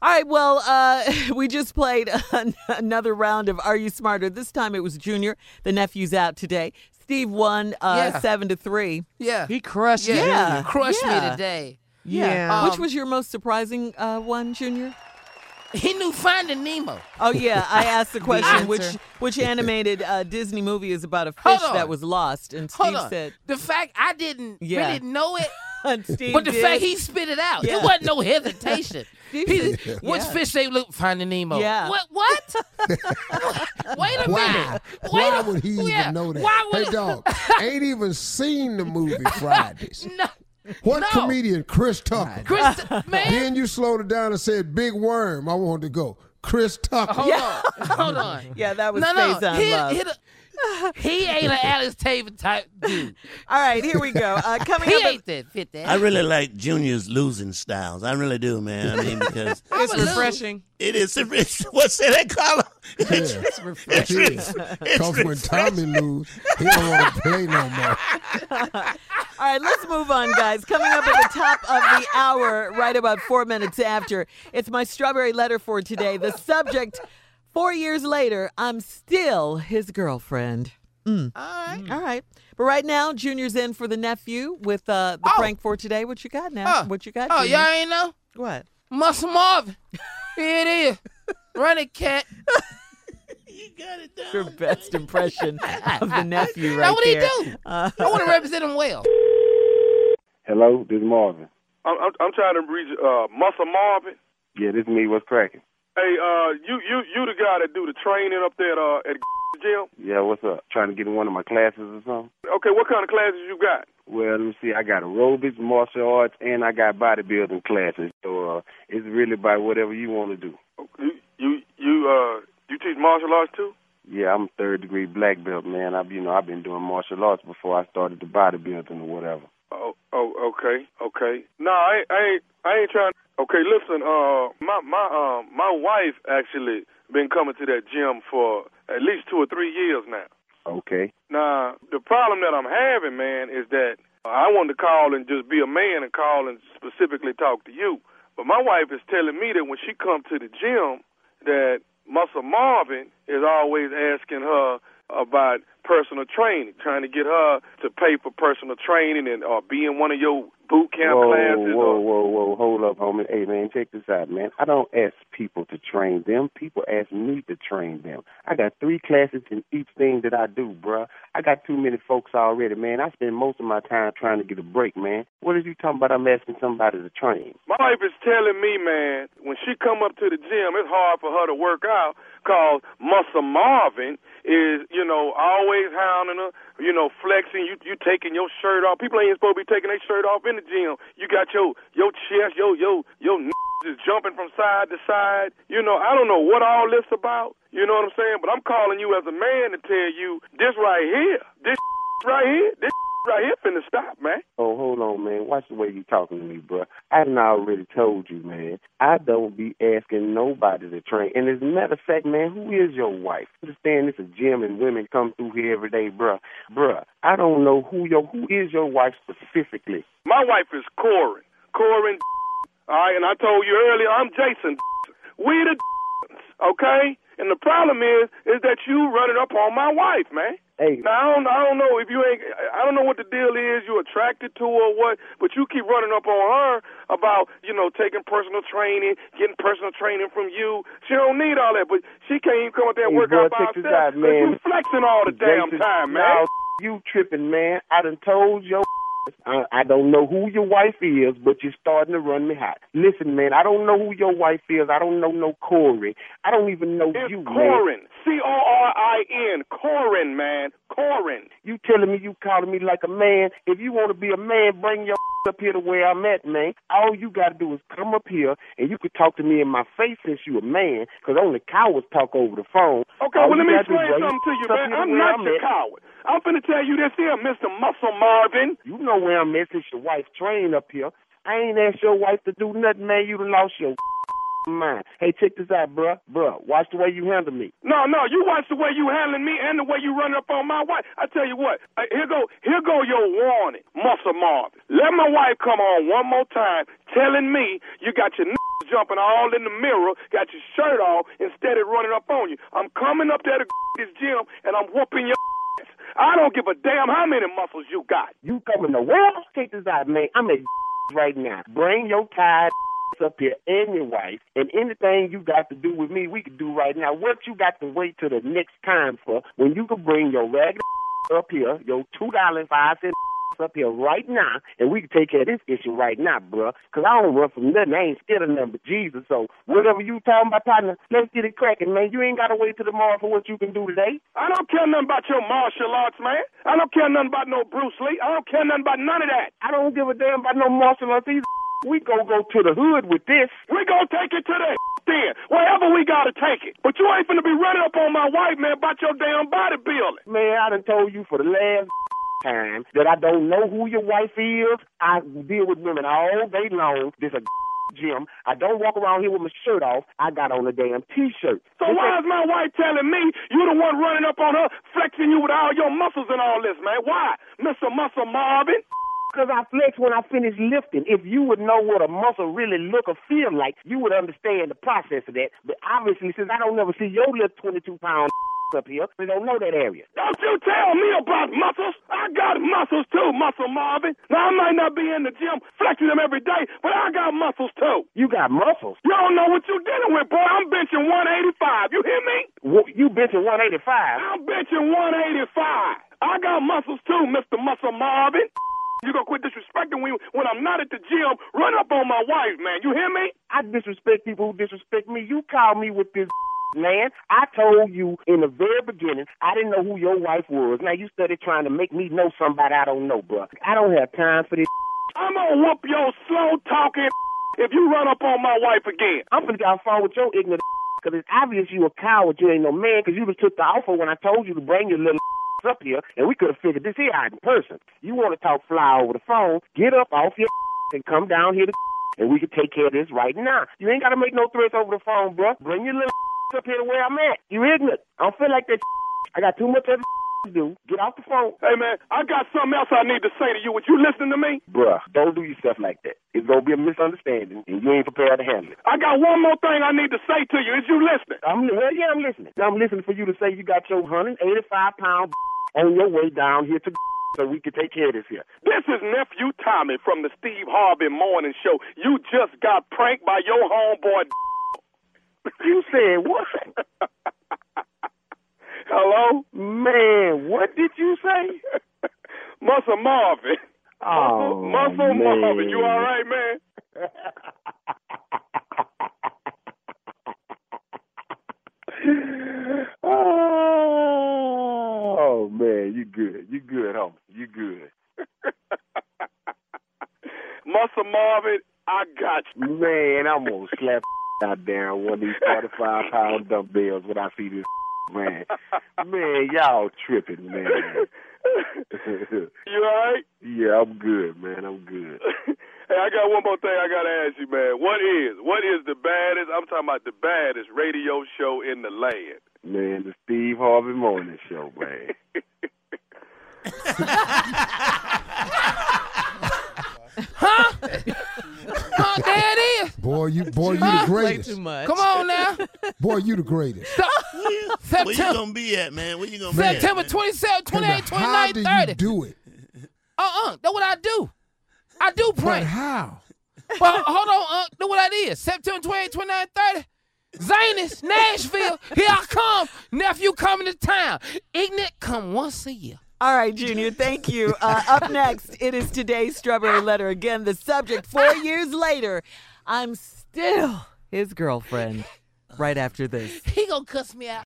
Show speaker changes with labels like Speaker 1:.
Speaker 1: All right, well, uh, we just played an- another round of Are You Smarter? This time it was Junior. The nephew's out today. Steve won uh,
Speaker 2: Yeah.
Speaker 1: seven to three.
Speaker 2: Yeah.
Speaker 3: He crushed
Speaker 2: yeah.
Speaker 3: it.
Speaker 1: Yeah.
Speaker 2: You crushed
Speaker 1: Yeah.
Speaker 2: me today. Um,
Speaker 3: Yeah.
Speaker 1: Which was your most surprising uh, one, Junior?
Speaker 2: He knew Finding Nemo.
Speaker 1: Oh yeah, I asked the question
Speaker 2: answer.
Speaker 1: which which animated uh, Disney movie is about a fish
Speaker 2: Hold on.
Speaker 1: that was lost, and
Speaker 2: Hold
Speaker 1: Steve
Speaker 2: on.
Speaker 1: said,
Speaker 2: the fact I didn't
Speaker 1: Yeah.
Speaker 2: really know it,
Speaker 1: and Steve
Speaker 2: but the
Speaker 1: did.
Speaker 2: fact he spit it out,
Speaker 1: Yeah.
Speaker 2: there wasn't no hesitation.
Speaker 1: Steve
Speaker 2: He-
Speaker 1: said-
Speaker 2: Which
Speaker 1: yeah.
Speaker 2: fish they look Finding Nemo?
Speaker 1: Yeah.
Speaker 2: What? What? Wait a
Speaker 4: Why,
Speaker 2: minute. Wait
Speaker 4: why
Speaker 2: a,
Speaker 4: would he even
Speaker 2: yeah.
Speaker 4: know that?
Speaker 2: Why would
Speaker 4: hey, dog, ain't even seen the movie Fridays.
Speaker 2: no,
Speaker 4: What
Speaker 2: No.
Speaker 4: comedian, Chris Tucker?
Speaker 2: Chris, man,
Speaker 4: Then you slowed it down and said, "Big worm." I wanted to go, Chris Tucker.
Speaker 2: hold on, hold on.
Speaker 1: Yeah, that was
Speaker 2: no, no,
Speaker 1: Faison
Speaker 2: he,
Speaker 1: Love.
Speaker 2: he the- he ain't an Alice Taven type dude.
Speaker 1: All right, here we go. Uh, coming
Speaker 2: He
Speaker 1: up, at-
Speaker 2: ain't that fit that.
Speaker 5: I really like Junior's losing styles. I really do, man. I mean, because
Speaker 3: It's
Speaker 2: I'm a little-
Speaker 3: refreshing.
Speaker 5: it is. It's, what's in that column? It's,
Speaker 4: Yeah.
Speaker 5: it's,
Speaker 4: is.
Speaker 5: it's,
Speaker 4: Cause when Tommy lose, he don't want to play no more.
Speaker 1: all right, let's move on, guys. Coming up at the top of the hour, right about four minutes after, it's my strawberry letter for today. The subject: Four years later, I'm still his girlfriend. Mm.
Speaker 2: All right.
Speaker 1: All right, but right now, Junior's in for the nephew with uh, the
Speaker 2: Oh.
Speaker 1: prank for today. What you got now?
Speaker 2: Oh.
Speaker 1: What you got?
Speaker 2: Oh,
Speaker 1: Junior?
Speaker 2: y'all ain't know?
Speaker 1: What?
Speaker 2: Muscle Marvin. Here it is. Run it, cat.
Speaker 1: Your best impression of the nephew right
Speaker 2: now, what
Speaker 1: there.
Speaker 2: he do?
Speaker 4: Uh,
Speaker 2: I want to represent him well.
Speaker 6: Hello, this is Marvin.
Speaker 7: I'm, I'm, I'm trying to reach uh, Muscle Marvin.
Speaker 6: Yeah, this is me. What's cracking?
Speaker 7: Hey, uh, you you you the guy that do the training up there at, uh, at gym?
Speaker 6: Yeah, what's up? Trying to get in one of my classes or something?
Speaker 7: Okay, what kind of classes you got?
Speaker 6: Well, let me see. I got aerobics, martial arts, and I got bodybuilding classes. So uh, it's really about whatever you want to do.
Speaker 7: You you you uh you teach martial arts too?
Speaker 6: Yeah, I'm third degree black belt, man. I've you know I've been doing martial arts before I started the bodybuilding or whatever.
Speaker 7: Oh oh okay okay. No, I ain't- I ain't I ain't trying. Okay, listen. Uh, my my um my wife actually been coming to that gym for at least two or three years now.
Speaker 6: Okay.
Speaker 7: Now, the problem that I'm having, man, is that I wanted to call and just be a man and call and specifically talk to you. But my wife is telling me that when she comes to the gym, that Muscle Marvin is always asking her about personal training, trying to get her to pay for personal training and or be in one of your boot camp
Speaker 6: whoa,
Speaker 7: classes.
Speaker 6: whoa,
Speaker 7: or,
Speaker 6: whoa, whoa! Hold up, homie. Hey, man, check this out, man. I don't ask people to train them. People ask me to train them. I got three classes in each thing that I do, bruh. I got too many folks already, man. I spend most of my time trying to get a break, man. What is you talking about? I'm asking somebody to train.
Speaker 7: My wife is telling me, man, when she come up to the gym, it's hard for her to work out because Muscle Marvin is, you know, always hounding her, you know, flexing. You you taking your shirt off. People ain't supposed to be taking their shirt off in the gym. You got your your chest, your your your n- is jumping from side to side. You know, I don't know what all this about. You know what I'm saying? But I'm calling you as a man to tell you this right here, this right here, this right here finna stop, man.
Speaker 6: Oh, hold on, man. Watch the way you talking to me, bruh. I done already told you, man. I don't be asking nobody to train. And as a matter of fact, man, who is your wife? Understand this a gym and women come through here every day, bruh. Bruh, I don't know who your who is your wife specifically.
Speaker 7: My wife is Corin. Corin. All right, and I told you earlier, I'm Jason. We the okay. And the problem is, is that you running up on my wife, man.
Speaker 6: Hey,
Speaker 7: Now I don't, I don't know if you ain't, I don't know what the deal is. You attracted to her or what? But you keep running up on her about, you know, taking personal training, getting personal training from you. She don't need all that, but she can't even come up there and
Speaker 6: Hey,
Speaker 7: work
Speaker 6: boy,
Speaker 7: out by
Speaker 6: check this
Speaker 7: herself.
Speaker 6: out,
Speaker 7: 'cause
Speaker 6: man.
Speaker 7: you flexing all the damn
Speaker 6: Jason,
Speaker 7: time, man.
Speaker 6: now, you tripping, man. I done told your I, I don't know who your wife is, but you're starting to run me hot. Listen, man, I don't know who your wife is. I don't know no Corey. I don't even know
Speaker 7: It's
Speaker 6: you, man.
Speaker 7: Corin. C O R I N. Corin, man. Corin.
Speaker 6: You telling me you calling me like a man. If you want to be a man, bring your up here to where I'm at, man. All you got to do is come up here and you could talk to me in my face since you a man, 'cause only cowards talk over the phone.
Speaker 7: Okay,
Speaker 6: All
Speaker 7: well,
Speaker 6: Oh, you
Speaker 7: let me
Speaker 6: gotta do is
Speaker 7: explain
Speaker 6: bring your
Speaker 7: something to you,
Speaker 6: up
Speaker 7: man.
Speaker 6: here
Speaker 7: I'm
Speaker 6: where
Speaker 7: not
Speaker 6: I'm
Speaker 7: your
Speaker 6: at.
Speaker 7: coward. I'm finna tell you this here, Mr. Muscle Marvin.
Speaker 6: You know where I'm at since your wife trained up here. I ain't asked your wife to do nothing, man. You done lost your mind. Hey, check this out, bruh. Bruh, watch the way you handle me.
Speaker 7: No, no, you watch the way you handling me and the way you running up on my wife. I tell you what, uh, here go, here go your warning, Muscle Marvin. Let my wife come on one more time, telling me you got your n- jumping all in the mirror, got your shirt off, instead of running up on you. I'm coming up there to this gym and I'm whooping your ass. I don't give a damn how many muscles you got.
Speaker 6: You coming to well? Check this out, man. I'm at right now. Bring your tired up here and your wife, and anything you got to do with me, we can do right now. What you got to wait till the next time for when you can bring your ragged up here, your two dollar and five cent up here right now, and we can take care of this issue right now, bruh. 'Cause I don't run from nothing. I ain't scared of nothing but Jesus. So whatever you talking about, partner, let's get it cracking, man. You ain't got to wait till tomorrow for what you can do today.
Speaker 7: I don't care nothing about your martial arts, man. I don't care nothing about no Bruce Lee. I don't care nothing about none of that.
Speaker 6: I don't give a damn about no martial arts either. We gonna go to the hood with this.
Speaker 7: We gonna take it to the then, wherever we gotta take it. But you ain't finna be running up on my wife, man, about your damn bodybuilding.
Speaker 6: Man, I done told you for the last time that I don't know who your wife is. I deal with women all day long. This a gym. I don't walk around here with my shirt off. I got on a damn t-shirt.
Speaker 7: So why is my wife telling me you the one running up on her, flexing you with all your muscles and all this, man? Why, Mr. Muscle Marvin?
Speaker 6: Because I flex when I finish lifting. If you would know what a muscle really look or feel like, you would understand the process of that. But obviously, since I don't never see your little 22 pound up here, we don't know that area.
Speaker 7: Don't you tell me about muscles. I got muscles too, Muscle Marvin. Now, I might not be in the gym flexing them every day, but I got muscles too.
Speaker 6: You got muscles.
Speaker 7: You don't know what you're dealing with, boy. I'm benching 185. You hear me?
Speaker 6: Wh- You benching 185.
Speaker 7: I'm benching 185. I got muscles too, Mr. Muscle Marvin. You gonna quit disrespecting me when I'm not at the gym? Run up on my wife, man. You hear me?
Speaker 6: I disrespect people who disrespect me. You call me with this man. I told you in the very beginning, I didn't know who your wife was. Now you started trying to make me know somebody I don't know, bruh. I don't have time for this.
Speaker 7: I'm gonna whoop your slow talking if you run up on my wife again.
Speaker 6: I'm finna get on the phone with your ignorant because it's obvious you a coward. You ain't no man because you done took the offer when I told you to bring your little up here, and we could have figured this here out in person. You want to talk fly over the phone? Get up off your and come down here to and we can take care of this right now. You ain't got to make no threats over the phone, bruh. Bring your little up here to where I'm at. You ignorant. I don't feel like that. I got too much other to do. Get off the phone.
Speaker 7: Hey man, I got something else I need to say to you. Would you listen to me?
Speaker 6: Bruh, don't do yourself like that. It's going to be a misunderstanding, and you ain't prepared to handle it.
Speaker 7: I got one more thing I need to say to you. Is you listening?
Speaker 6: I'm well, yeah, I'm listening. I'm listening for you to say you got your 185 pound on your way down here to so we can take care of this here.
Speaker 7: This is nephew Tommy from the Steve Harvey Morning Show. You just got pranked by your homeboy.
Speaker 6: You said what?
Speaker 7: Hello,
Speaker 6: Man, what did you say?
Speaker 7: Muscle Marvin.
Speaker 6: Oh,
Speaker 7: Muscle
Speaker 6: man.
Speaker 7: Marvin, you all right, man?
Speaker 6: Oh man, you good. You good, homie. You good.
Speaker 7: Muscle Marvin, I got you.
Speaker 6: Man, I'm gonna slap out down one of these 45 pound dumbbells when I see this man. Man, y'all tripping, man.
Speaker 7: You all right?
Speaker 6: Yeah, I'm good, man. I'm good.
Speaker 7: hey, I got one more thing I gotta ask you, man. What is what is the baddest? I'm talking about the baddest radio show in the land.
Speaker 6: Man, the Steve Harvey Morning Show, man.
Speaker 2: Huh? huh? There it is.
Speaker 4: Boy, you boy, you the
Speaker 1: Play
Speaker 4: greatest.
Speaker 1: too much.
Speaker 2: Come on now.
Speaker 4: Boy, you the greatest.
Speaker 5: Where you
Speaker 2: September,
Speaker 5: gonna be at, man? Where you gonna be at?
Speaker 2: September
Speaker 5: man?
Speaker 2: 27, 28,
Speaker 4: But how
Speaker 2: 29,
Speaker 4: do
Speaker 2: 30.
Speaker 4: you do it?
Speaker 2: Uh-uh. That's what I do. I do
Speaker 4: But
Speaker 2: prank.
Speaker 4: how?
Speaker 2: Well, hold on, uh, do what I did. September 28, 29, 30. Zanis, Nashville, here I come. Nephew coming to town. Ignat come once a year.
Speaker 1: All right, Junior, thank you. Uh, up next, it is today's Strawberry Letter. Again, the subject four years later, I'm still his girlfriend. Right after this.
Speaker 2: He gonna cuss me out.